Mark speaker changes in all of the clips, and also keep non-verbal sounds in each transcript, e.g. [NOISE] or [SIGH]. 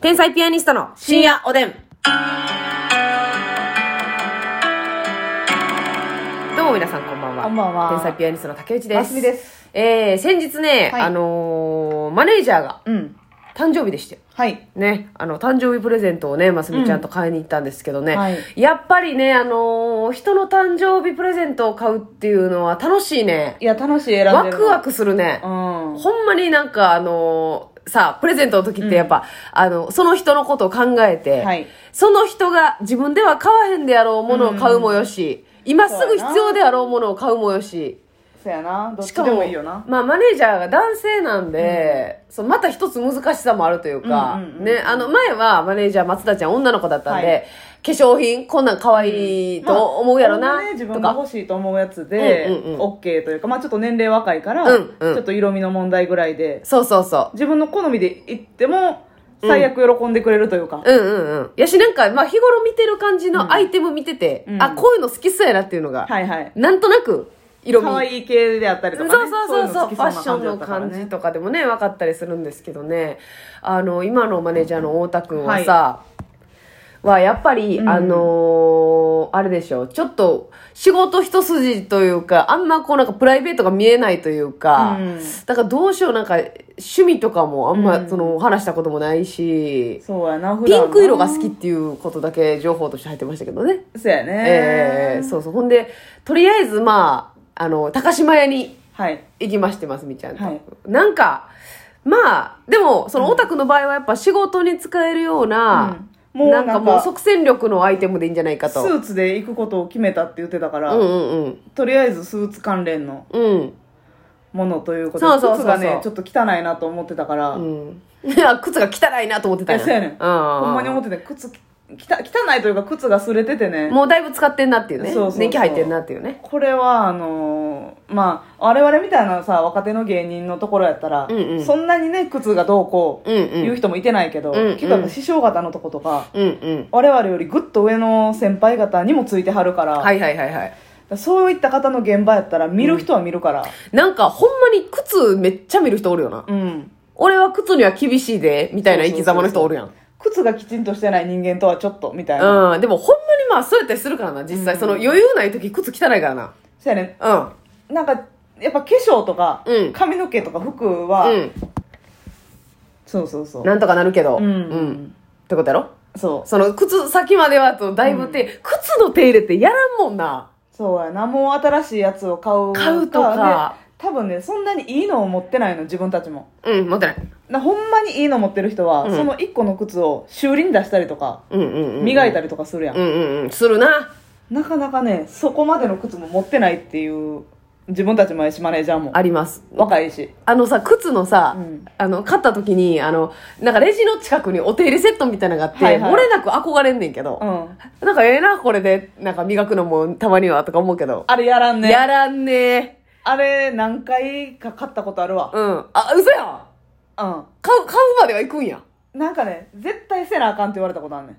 Speaker 1: 天才ピアニストの
Speaker 2: 深夜おでん。
Speaker 1: どうも皆さんこんばんは。
Speaker 2: こんばんは
Speaker 1: 天才ピアニストの竹内です。
Speaker 2: ますみです。
Speaker 1: えー、先日ね、
Speaker 2: はい
Speaker 1: あのーマネージャーが
Speaker 2: うん。
Speaker 1: 誕生日でして。
Speaker 2: はい。
Speaker 1: ね、あの、誕生日プレゼントをね、ますみちゃんと買いに行ったんですけどね。
Speaker 2: うんはい
Speaker 1: やっぱりね、あのー人の誕生日プレゼントを買うっていうのは楽しいね。
Speaker 2: いや、楽しい選んでる。
Speaker 1: ワクワ。クするね。
Speaker 2: うん。
Speaker 1: ほんまになんかあのーさあ、プレゼントの時ってやっぱ、あの、その人のことを考えて、
Speaker 2: はい
Speaker 1: その人が自分では買わへんであろうものを買うもよし、今すぐ必要であろうものを買うもよし、
Speaker 2: そやな。どっ
Speaker 1: し
Speaker 2: ち
Speaker 1: か
Speaker 2: で
Speaker 1: も
Speaker 2: もいいよな。
Speaker 1: まあマネージャーが男性なんで、そのまた一つ難しさもあるというか、
Speaker 2: うんうんうんうん
Speaker 1: ね、あの前はマネージャー松田ちゃん女の子だったんで、
Speaker 2: は
Speaker 1: 化粧品こんなん可愛い
Speaker 2: まあ
Speaker 1: と思うやろな、
Speaker 2: ほんまね、自
Speaker 1: と
Speaker 2: 分が
Speaker 1: か。
Speaker 2: 欲しいと思うやつで、
Speaker 1: う
Speaker 2: オ
Speaker 1: んうんうん
Speaker 2: ッケーというか、まあちょっと年齢若いから、
Speaker 1: うんうん
Speaker 2: ちょっと色味の問題ぐらいで、
Speaker 1: そうそうそう。
Speaker 2: 自分の好みで行っても、最悪喜んでくれるという
Speaker 1: う
Speaker 2: か。
Speaker 1: んうんうん。やし、なんか、まあ、日頃見てる感じのアイテム見てて、
Speaker 2: うん
Speaker 1: あ、こういうの好きそうやなっていうのが、
Speaker 2: はいはい。
Speaker 1: なんとなく、色味。
Speaker 2: 可愛い系であったり
Speaker 1: そ
Speaker 2: と
Speaker 1: う
Speaker 2: か、
Speaker 1: そう
Speaker 2: ね。
Speaker 1: そうそう
Speaker 2: い
Speaker 1: ファッションの感じとかでもね、分かったりするんですけどね。あの、今のマネージャーの太田くんはさ、はやっぱり、
Speaker 2: うん
Speaker 1: あのーあれでしょう、ちょっと仕事一筋というか、あんまこうなんかプライベートが見えないというか、
Speaker 2: うん
Speaker 1: だからどうしようなんか趣味とかもあん
Speaker 2: う
Speaker 1: ま
Speaker 2: ん
Speaker 1: その話したこともないし、
Speaker 2: そうやな、普
Speaker 1: ピ
Speaker 2: 段な
Speaker 1: ンク色が好きっていうことだけ情報として入ってましたけどね。
Speaker 2: そうやね。
Speaker 1: ええそうそう。ほんで、とりあえず、まあ、あの、高島屋に
Speaker 2: はい。
Speaker 1: 行きましてます、みちゃんと。
Speaker 2: はい
Speaker 1: なんか、まあ、でも、そのオタクの場合はやっぱ仕事に使えるような、
Speaker 2: うんもう
Speaker 1: な
Speaker 2: なんん
Speaker 1: か
Speaker 2: か
Speaker 1: もう即戦力のアイテムでいいんじゃないか
Speaker 2: ス
Speaker 1: と。
Speaker 2: ーツで行くことを決めたって言ってたから、
Speaker 1: うんうん
Speaker 2: とりあえずスーツ関連の
Speaker 1: うん。うん。
Speaker 2: ものということ
Speaker 1: そうそうそうそう
Speaker 2: 靴がねちょっと汚いなと思ってたから、
Speaker 1: うん。いや、靴が汚いなと思ってた
Speaker 2: いやそうやねん
Speaker 1: うんうんうん。
Speaker 2: ほんまに思ってて靴きた汚いというか靴が擦れててね
Speaker 1: もうだいぶ使ってんなっていうね。
Speaker 2: そうそうそう
Speaker 1: 年季入ってんなっていうね。
Speaker 2: これはあのーまあ我々みたいなさ若手の芸人のところやったら、
Speaker 1: うんうん
Speaker 2: そんなにね靴がどうこう
Speaker 1: うんう。
Speaker 2: 言うん人もいてないけど、
Speaker 1: うんうん
Speaker 2: 結構やっぱ師匠方のとことか
Speaker 1: うんうん。
Speaker 2: 我々よりぐっと上の先輩方にもついてはるから、
Speaker 1: はいはいはいはい。
Speaker 2: そういった方の現場やったら見る人は見るから、
Speaker 1: なんかほんまに靴めっちゃ見る人おるよな。
Speaker 2: うん、
Speaker 1: 俺は靴には厳しいで、みたいな生き様の人おるやん。
Speaker 2: 靴がきちんとしてない人間とはちょっとみたいな、
Speaker 1: うん。でもほんまにまあ、そうやったりするからな、実際。
Speaker 2: うん
Speaker 1: その余裕ない時、靴汚いからな。
Speaker 2: そうやね
Speaker 1: うん。
Speaker 2: なんかやっぱ化粧とか、
Speaker 1: うん
Speaker 2: 髪の毛とか服は、
Speaker 1: う
Speaker 2: そうそうそ
Speaker 1: ん。
Speaker 2: う
Speaker 1: なんとかなるけど。
Speaker 2: うん
Speaker 1: ってことやろ
Speaker 2: そう
Speaker 1: その、靴先まではと、だいぶ手、靴の手入れってやらんもんな。
Speaker 2: そうやなもう新しいやつを買う
Speaker 1: 買うとか
Speaker 2: ね多分ねそんなにいいのを持ってないの自分たちも
Speaker 1: うん、持ってない。
Speaker 2: なほんまにいいの持ってる人は、
Speaker 1: うん
Speaker 2: その1個の靴を修理に出したりとか
Speaker 1: うんうんうん。
Speaker 2: 磨い
Speaker 1: た。
Speaker 2: たりとかするやん、
Speaker 1: うんうんうん。するな。
Speaker 2: なかなかねそこまでの靴も持ってないっていう自分たちもやしマネージャーも
Speaker 1: あります。
Speaker 2: 若いし
Speaker 1: あのさ、靴のさ、
Speaker 2: うん
Speaker 1: あの、買った時に、あの、なんかレジの近くにお手入れセットみたいなのがあって、
Speaker 2: はいはい
Speaker 1: 漏れなく憧れんねんけど、
Speaker 2: うん
Speaker 1: [LAUGHS] なんかええな、これで、なんか磨くのもたまにはとか思うけど。
Speaker 2: あれやらんね
Speaker 1: やらんね
Speaker 2: あれ何回か買ったことあるわ
Speaker 1: ー。うん。あ、嘘やん
Speaker 2: うん
Speaker 1: 買う、買うまでは行くんや。
Speaker 2: なんかね、絶対せなあかんって言われたことあんねん。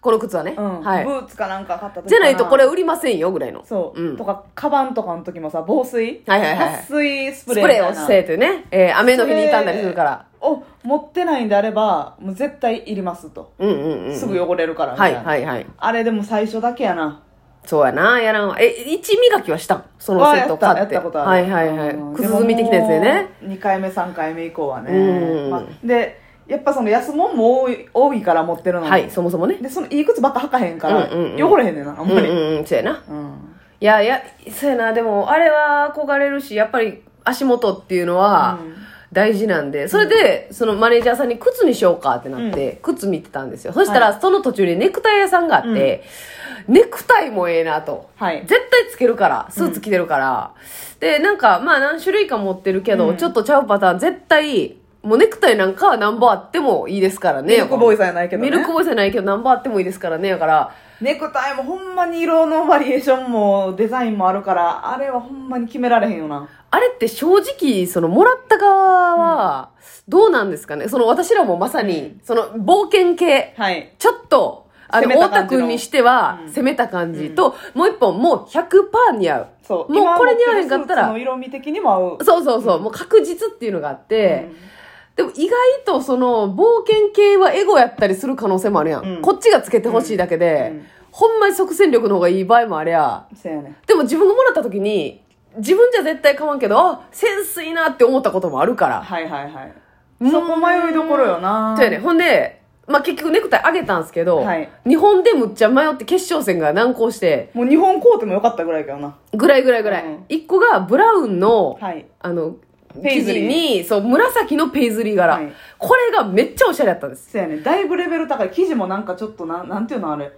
Speaker 1: この靴はね。
Speaker 2: うん。
Speaker 1: はい
Speaker 2: ブ。ーツかなんか買った時か
Speaker 1: じゃないとこれ。売りませんよ、ぐらいの。
Speaker 2: そう。
Speaker 1: うん
Speaker 2: とか、カバンとかの時もさ、防水
Speaker 1: はいはいはいはい
Speaker 2: 撥水ス
Speaker 1: ス
Speaker 2: プレー
Speaker 1: プレーを
Speaker 2: みたいな
Speaker 1: せえというね。えー雨の日に傷んだりするから。
Speaker 2: を持ってないんであれば、もう絶対いりますと。
Speaker 1: うんうんうん。
Speaker 2: すぐ汚れるからみ
Speaker 1: は
Speaker 2: たい
Speaker 1: い
Speaker 2: な。
Speaker 1: はいはい。
Speaker 2: あれでも最初だけやな。
Speaker 1: そうやな、やらんわ。え、一磨きはしたんその
Speaker 2: わあ
Speaker 1: セッ
Speaker 2: や
Speaker 1: ト
Speaker 2: った
Speaker 1: 買
Speaker 2: や
Speaker 1: っ。
Speaker 2: ってたことあ
Speaker 1: は
Speaker 2: る。
Speaker 1: いはいは
Speaker 2: う
Speaker 1: い。
Speaker 2: ん
Speaker 1: 靴積み的なやつでね。。
Speaker 2: でももう2回目、3回目以降はね。
Speaker 1: うん
Speaker 2: まあで、やっぱその安物も多い多いから持ってるのに。
Speaker 1: はい、そもそもね。
Speaker 2: で、そのいい靴ばっか履かへんから、
Speaker 1: うんうんうん
Speaker 2: 汚れへんねんな、あ
Speaker 1: うんんう
Speaker 2: まり。
Speaker 1: んうん、そうやな。
Speaker 2: うん
Speaker 1: いや、いや、そうやな、でも、あれは憧れるし、やっぱり足元っていうのは
Speaker 2: うん
Speaker 1: 大事なんで、それで、そのマネージャーさんに靴にしようかってなって、靴見てたんですよ。そしたら、その途中にネクタイ屋さんがあって、ネクタイもええなと。
Speaker 2: はい
Speaker 1: 絶対つけるから、スーツ着てるから。で、なんか、まあ何種類か持ってるけど、
Speaker 2: うん
Speaker 1: ちょっとちゃうパターン、絶対、もうネクタイなんかは何本あってもいいですからね。
Speaker 2: ミルクボーイさんやないけどね
Speaker 1: ミルクボーイさんやないけど何本あってもいいですからね。だから、
Speaker 2: ネクタイもほんまに色のバリエーションもデザインもあるから、あれはほんまに決められへんよな。
Speaker 1: あれって正直、その、もらった側は、どうなんですかね、その、私らもまさに、その、冒険系、
Speaker 2: はい。
Speaker 1: ちょっと、あの、
Speaker 2: 攻め
Speaker 1: 太
Speaker 2: た
Speaker 1: 田
Speaker 2: 感じの
Speaker 1: 君にしては
Speaker 2: う、ん
Speaker 1: 攻めた感じと、もう一本、もう100%似合う。
Speaker 2: そう。
Speaker 1: もう
Speaker 2: 今
Speaker 1: これ似合わへんかったら
Speaker 2: 持てるスーツの色味的にも合う。
Speaker 1: そうそうそう、もう確実っていうのがあって、でも意外とその冒険系はエゴやったりする可能性もあるやん。
Speaker 2: うん
Speaker 1: こっちがつけてほしいだけで、
Speaker 2: うんうん
Speaker 1: ほんまに即戦力の方がいい場合もありゃ、
Speaker 2: そうやね
Speaker 1: でも自分がもらった時に、自分じゃ絶対かまんけど、あ、センスいいなって思ったこともあるから。
Speaker 2: はいはいはい
Speaker 1: うん
Speaker 2: そこ迷いどころよな
Speaker 1: そうやね。ほんで、まあ、結局ネクタイあげたんですけど、
Speaker 2: はい
Speaker 1: 日本でむっちゃ迷って決勝戦が難航して、
Speaker 2: もう日本買うてもよかったぐらいかな
Speaker 1: ぐらいぐらいぐらい
Speaker 2: うん。
Speaker 1: 一、個がブラウンの、
Speaker 2: はい
Speaker 1: あの、
Speaker 2: ペイ
Speaker 1: 生
Speaker 2: ズ
Speaker 1: 地
Speaker 2: リー
Speaker 1: に、そう、紫のペイズリー柄、
Speaker 2: はい
Speaker 1: これがめっちゃおしゃれだったんです。
Speaker 2: そうやねだいぶレベル高い生地もなんかちょっとなんなんていうのあれ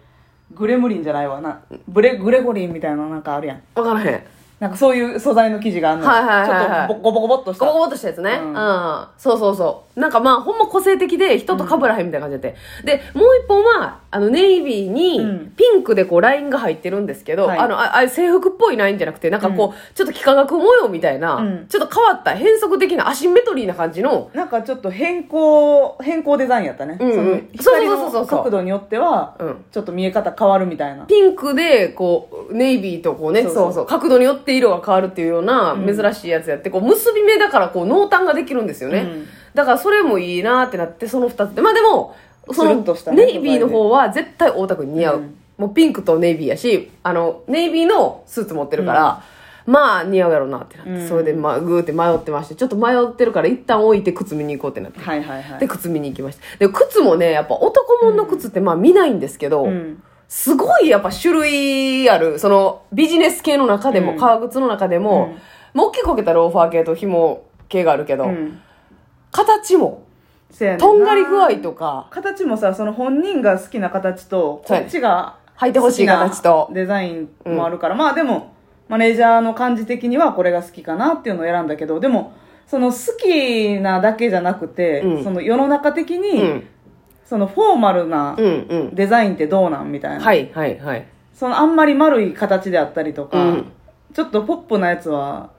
Speaker 2: グレムリンじゃないわなブレグレゴリンみたいななんかあるやん
Speaker 1: わからへん。
Speaker 2: なんかそういう素材の生地があんの、
Speaker 1: はいはいはいはい
Speaker 2: ちょっとボコボコボっとし
Speaker 1: ゴ
Speaker 2: た
Speaker 1: ボゴボっとしたやつね。う。
Speaker 2: うんん
Speaker 1: そうそうそう。なんかまあ、ほんま個性的で、人と被らへんみたいな感じで。で、もう一本は、あの、ネイビー
Speaker 2: う
Speaker 1: に
Speaker 2: ん、
Speaker 1: ピンクでこう、ラインが入ってるんですけど、
Speaker 2: はい
Speaker 1: あの、ああ制服っぽいラインじゃなくて、なんかこう、ちょっと幾何学模様みたいな、
Speaker 2: うん
Speaker 1: ちょっと変わった、変則的な、アシンメトリーな感じの、
Speaker 2: なんかちょっと変更変更デザインやったね、
Speaker 1: うんうん
Speaker 2: その光
Speaker 1: そうそうそうそう
Speaker 2: の
Speaker 1: そう
Speaker 2: 角度によっては、
Speaker 1: うん
Speaker 2: ちょっと見え方変わるみたいな
Speaker 1: ピンクで、こう、ネイビーとこうね、そ
Speaker 2: そうう
Speaker 1: そう
Speaker 2: そう
Speaker 1: 角度によって色が変わるっていうような、
Speaker 2: ん
Speaker 1: 珍しいやつやって、こう、結び目だから、こう、濃淡ができるんですよね。
Speaker 2: うん
Speaker 1: だから、それもいいなってなって、その二つで。まあでも、そ
Speaker 2: つる
Speaker 1: の
Speaker 2: っとし、たね
Speaker 1: ネイビーの方は絶対大田君似合う。
Speaker 2: うん
Speaker 1: もう、ピンクとネイビーやし、あの、ネイビーのスーツ持ってるから、まあ、似合うやろうなってなって、
Speaker 2: うん
Speaker 1: それで、まあ、ぐーって迷ってまして、ちょっと迷ってるから、一旦置いて靴見に行こうってなって。
Speaker 2: はいはいはい
Speaker 1: で、靴見に行きました。で、靴もね、やっぱ男物の靴って、まあ、見ないんですけど、
Speaker 2: うん
Speaker 1: すごいやっぱ種類ある、そのビジネス系の中でも、
Speaker 2: うん
Speaker 1: 革靴の中でも、もう大きく分けたローファー系と紐系があるけど、
Speaker 2: うん
Speaker 1: 形も、
Speaker 2: せやねな
Speaker 1: とんがり具合とか、
Speaker 2: 形もさその本人が好きな形と
Speaker 1: そう
Speaker 2: こ
Speaker 1: やね
Speaker 2: っちが
Speaker 1: 履いてほしい形と
Speaker 2: 好きなデザインもあるから、まあでもマネージャーの感じ的にはこれが好きかなっていうのを選んだけどでもその好きなだけじゃなくて、
Speaker 1: うん
Speaker 2: その世の中的
Speaker 1: う
Speaker 2: に、
Speaker 1: ん、
Speaker 2: そのフォーマルな
Speaker 1: うん、うん。
Speaker 2: デザインってどうなんみたいな、
Speaker 1: はい、はい、はい。
Speaker 2: そのあんまり丸い形であったりとか、
Speaker 1: うん
Speaker 2: ちょっとポップなやつは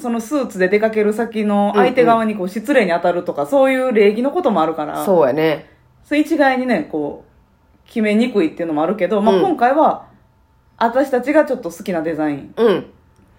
Speaker 2: そのスーツで出かける先の相手側にこう失礼に当たるとか、そういう礼儀のこともあるから
Speaker 1: そうやね。
Speaker 2: それ一概にね、こう、決めにくいっていうのもあるけど、まあ、
Speaker 1: うん
Speaker 2: 今回は、私たちがちょっと好きなデザイン。
Speaker 1: うん、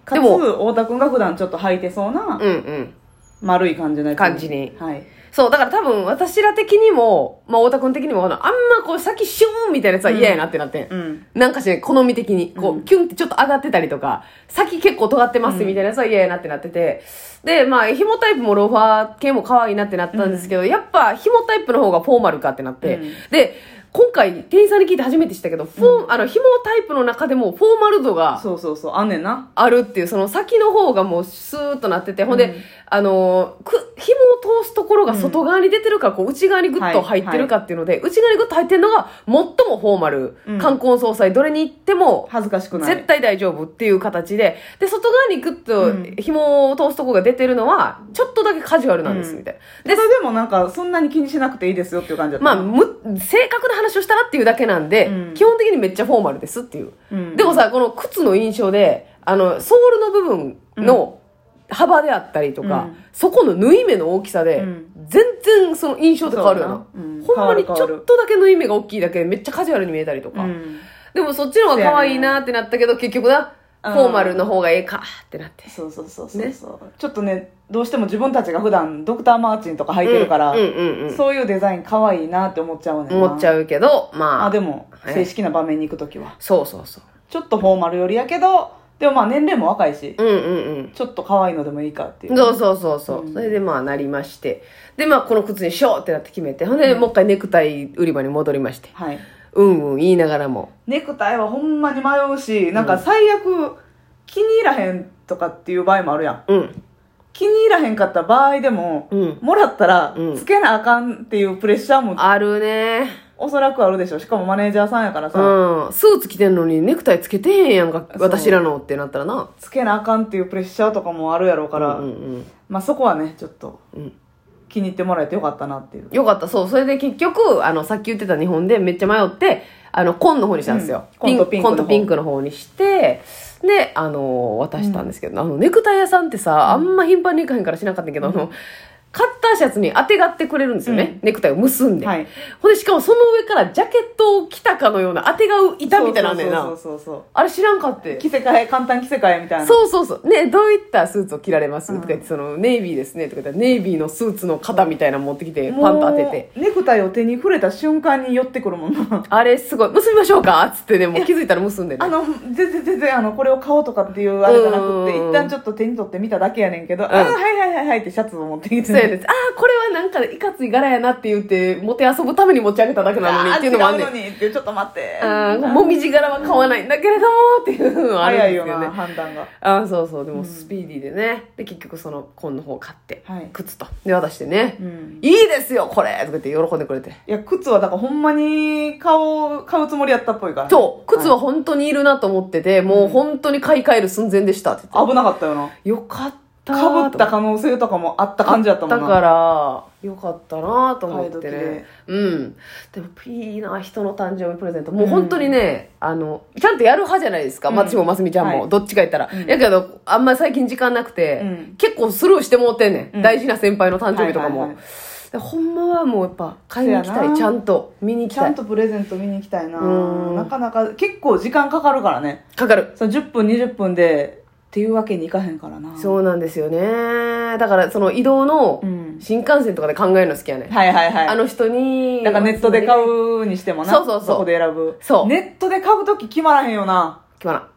Speaker 2: か
Speaker 1: で
Speaker 2: つ、
Speaker 1: も
Speaker 2: 太田くんが普段ちょっと履いてそうな、
Speaker 1: うん、うん。
Speaker 2: 丸い感じのやつ。
Speaker 1: 感じに
Speaker 2: はい。
Speaker 1: そう、だから多分私ら的にも、まあ、太田君的にも、あのあんまこう先シューンみたいなやつは嫌やなってなってん
Speaker 2: うん。
Speaker 1: なんかしね、好み的に、こう、キュンってちょっと上がってたりとか、先結構尖ってますみたいなやつは嫌やなってなってて、で、まあ、紐タイプもローファー系も可愛いなってなったんですけど、やっぱ紐タイプの方がフォーマルかってなって、
Speaker 2: うん
Speaker 1: で、今回店員さんに聞いて初めて知ったけど、フォーあの、紐タイプの中でもフォーマル度が、
Speaker 2: そうそうそう、あんねんな。
Speaker 1: あるっていう、その先の方がもうスーッとなってて、ほんで、あのー、く、紐を通すところが外側に出てるか、こう内側にグッと入ってるかっていうので、内側にグッと入ってるのが最もフォーマル。
Speaker 2: うん
Speaker 1: 冠婚葬祭、どれに行っても、
Speaker 2: 恥ずかしくない。
Speaker 1: 絶対大丈夫っていう形で、で、外側にグ
Speaker 2: う
Speaker 1: ッ
Speaker 2: ん
Speaker 1: と紐を通すところが出てるのは、ちょっとだけカジュアルなんです、
Speaker 2: うん
Speaker 1: みたいな。
Speaker 2: で
Speaker 1: で
Speaker 2: そ、れでもなんか、そんなに気にしなくていいですよっていう感じだった。
Speaker 1: まあ、む、正確な話をしたらっていうだけなんで、
Speaker 2: うん
Speaker 1: 基本的にめっちゃフォーマルですっていう。
Speaker 2: うん
Speaker 1: でもさ、この靴の印象で、あの、ソールの部分の幅であったりとか、
Speaker 2: うん
Speaker 1: そこの縫い目の大きさで、
Speaker 2: うん
Speaker 1: 全然その印象って変わるよな。
Speaker 2: そうやなうん
Speaker 1: ほんまにち
Speaker 2: 変
Speaker 1: ょ
Speaker 2: わる変わる
Speaker 1: っとだけ縫い目が大きいだけでめっちゃカジュアルに見えたりとか。
Speaker 2: うん。
Speaker 1: でもそっちの方が可愛いなってなったけど、結局な、フ
Speaker 2: うん
Speaker 1: ォーマルの方がええかってなって。
Speaker 2: そうそうそうそうそう、ちょっとね、どうしても自分たちが普段、ドクターマーチンとか履いてるから、
Speaker 1: うんうんうんうん。
Speaker 2: そういうデザイン可愛いなって思っちゃうねんな。
Speaker 1: 思っちゃうけど、まあ。
Speaker 2: あ、でも、
Speaker 1: はい
Speaker 2: 正式な場面に行くときは。
Speaker 1: そうそうそう。
Speaker 2: ちょっとフォーマルよりやけど、でもまあ年齢も若いし、
Speaker 1: うんうんうん。
Speaker 2: ちょっと可愛いのでもいいかっていう。
Speaker 1: そうそうそうそう、
Speaker 2: うん
Speaker 1: それでまあなりましてでまあこの靴にしようってなって決めてほんで、もう一回ネクタイ売り場に戻りまして
Speaker 2: はい。
Speaker 1: うんうん言いながらも
Speaker 2: ネクタイはほんまに迷うし、なんか最悪気に入らへんとかっていう場合もあるやん。
Speaker 1: うん
Speaker 2: 気に入らへんかった場合でも、
Speaker 1: うん
Speaker 2: もらったら
Speaker 1: うん
Speaker 2: つけなあかんっていうプレッシャーも
Speaker 1: あるね
Speaker 2: おそらくあるでしょ。しかもマネージャーさんやからさ、
Speaker 1: うんスーツ着てんのにネクタイつけてへんやんか
Speaker 2: そう
Speaker 1: 私らのってなったらな
Speaker 2: つけなあかんっていうプレッシャーとかもあるやろうから、
Speaker 1: うんうん
Speaker 2: まあそこはね、ちょっと
Speaker 1: うん
Speaker 2: 気に入ってもらえてよかったなっていう。
Speaker 1: よかったそうそれで結局あのさっき言ってた日本でめっちゃ迷ってあの紺の方にしたんですよ、
Speaker 2: うん紺とピンクの方
Speaker 1: 紺とピンクの方にしてであの渡したんですけど、あのネクタイ屋さんってさあんま頻繁に行かへんからしなかったんやけど、あのカッターシャツにあてがってくれるんですよね。ネクタイを結んで。
Speaker 2: はい
Speaker 1: ほんで、しかもその上からジャケットを着たかのような、あてがう板みたいなんねんな。
Speaker 2: そうそうそう
Speaker 1: あれ知らんかっ
Speaker 2: そう
Speaker 1: て。
Speaker 2: 着せ替え簡単着せ替えみたいな
Speaker 1: そうそうそう。ね、どういったスーツを着られます、とか言って、その、ネイビーですね。とか言ったら、ネイビーのスーツの肩みたいなの持ってきて、パンと当てて。
Speaker 2: もうネクタイを手に触れた瞬間に寄ってくるもんな
Speaker 1: あれ、すごい。結びましょうかつってね、もう気づいたら結んでね
Speaker 2: あ。の全然全然あのこれを買おうとかっていうあれじゃなくて
Speaker 1: うん
Speaker 2: 一旦ちょっと手に取ってみただけやねんけど、あはいはいはいはいってシャツを持ってきて
Speaker 1: そうやねんああ、これはなんか、いかつい柄やなって言って、持て遊ぶために持ち上げただけなのにっていうのもあんねん
Speaker 2: [LAUGHS] あ違うのにってちょっと待って
Speaker 1: あーもみじ柄は買わないんだけれどもっていうのはあるん
Speaker 2: 早
Speaker 1: で
Speaker 2: い
Speaker 1: す
Speaker 2: よ
Speaker 1: よ
Speaker 2: な
Speaker 1: ね。
Speaker 2: 判断が
Speaker 1: あーそうそうでもスピーディーでね、で結局その紺の方を買って、
Speaker 2: はい
Speaker 1: 靴とで渡してね、
Speaker 2: ん
Speaker 1: いいですよこれ!」とか言って喜んでくれて
Speaker 2: いや靴はだからほんまに顔買うつもりやったっぽいから
Speaker 1: そう靴は本当にいるなと思ってて、もう本当に買い替える寸前でしたって言って
Speaker 2: 危なかったよな
Speaker 1: よかった
Speaker 2: かぶ
Speaker 1: ー
Speaker 2: っ
Speaker 1: と
Speaker 2: た可能性とかもあった感じやったもんな
Speaker 1: あったからよかったなと思って
Speaker 2: 買い時で
Speaker 1: ねうんでもいいな人の誕生日プレゼントもう本当にね、あのちゃんとやる派じゃないですか、
Speaker 2: うん
Speaker 1: 私もますみちゃんも、
Speaker 2: はい
Speaker 1: どっちか言ったら、
Speaker 2: うん
Speaker 1: やけどあんまり最近時間なくて、
Speaker 2: うん
Speaker 1: 結構スルーしてもうてんねん、
Speaker 2: うん
Speaker 1: 大事な先輩の誕生日とかも、
Speaker 2: はいはいはい
Speaker 1: でほんまはもうやっぱ買いに行き
Speaker 2: そ
Speaker 1: た
Speaker 2: やない
Speaker 1: ちゃんと見に行き
Speaker 2: ちゃ
Speaker 1: た
Speaker 2: ん
Speaker 1: い
Speaker 2: とプレゼント見に行きたいな
Speaker 1: うん
Speaker 2: なかなか結構時間かかるからね
Speaker 1: かかる
Speaker 2: その10分20分でっていうわけにいかへんからなう、
Speaker 1: そうなんですよねだからその移動の
Speaker 2: ん、
Speaker 1: 新幹線とかで考えるの好きやね、ん、
Speaker 2: はいはいはい
Speaker 1: あの人に
Speaker 2: だからネットで買うにしてもな
Speaker 1: そうそうそう
Speaker 2: こで選ぶ
Speaker 1: そう
Speaker 2: ネットで買う時決まらへんよな
Speaker 1: 決まらん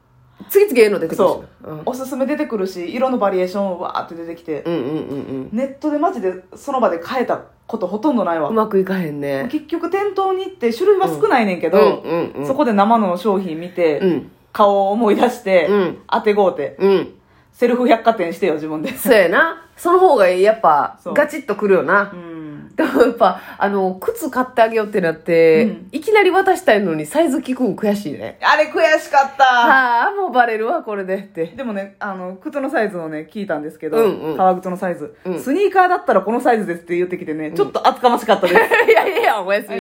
Speaker 1: 次々ええの出てくるし
Speaker 2: そ
Speaker 1: うん
Speaker 2: おすすめ出てくるし色のバリエーションもわーって出てきて、
Speaker 1: うんうんうんうん
Speaker 2: ネットでマジでその場で買えたことほとんどないわ
Speaker 1: うまくいかへんね
Speaker 2: 結局店頭に行って種類は少ないねんけど、
Speaker 1: うんうんうん
Speaker 2: そこで生の商品見て、
Speaker 1: うん
Speaker 2: 顔を思い出して、
Speaker 1: うん
Speaker 2: 当てごうて
Speaker 1: うん
Speaker 2: セルフ百貨店してよ自分で
Speaker 1: そうやなその方がやっぱ
Speaker 2: そう
Speaker 1: ガチッとくるよな
Speaker 2: うん
Speaker 1: でもやっぱあの靴買ってあげようってなって、
Speaker 2: うん
Speaker 1: いきなり渡したいのにサイズ聞くん悔しいね
Speaker 2: あれ悔しかった
Speaker 1: ああもうバレるわこれでって [LAUGHS]
Speaker 2: でもねあの靴のサイズをね聞いたんですけど、
Speaker 1: うんうん
Speaker 2: 革靴のサイズ、
Speaker 1: うん
Speaker 2: スニーカーだったらこのサイズですって言ってきてねちょっと厚かましかったです、
Speaker 1: いやいやいやおやすみ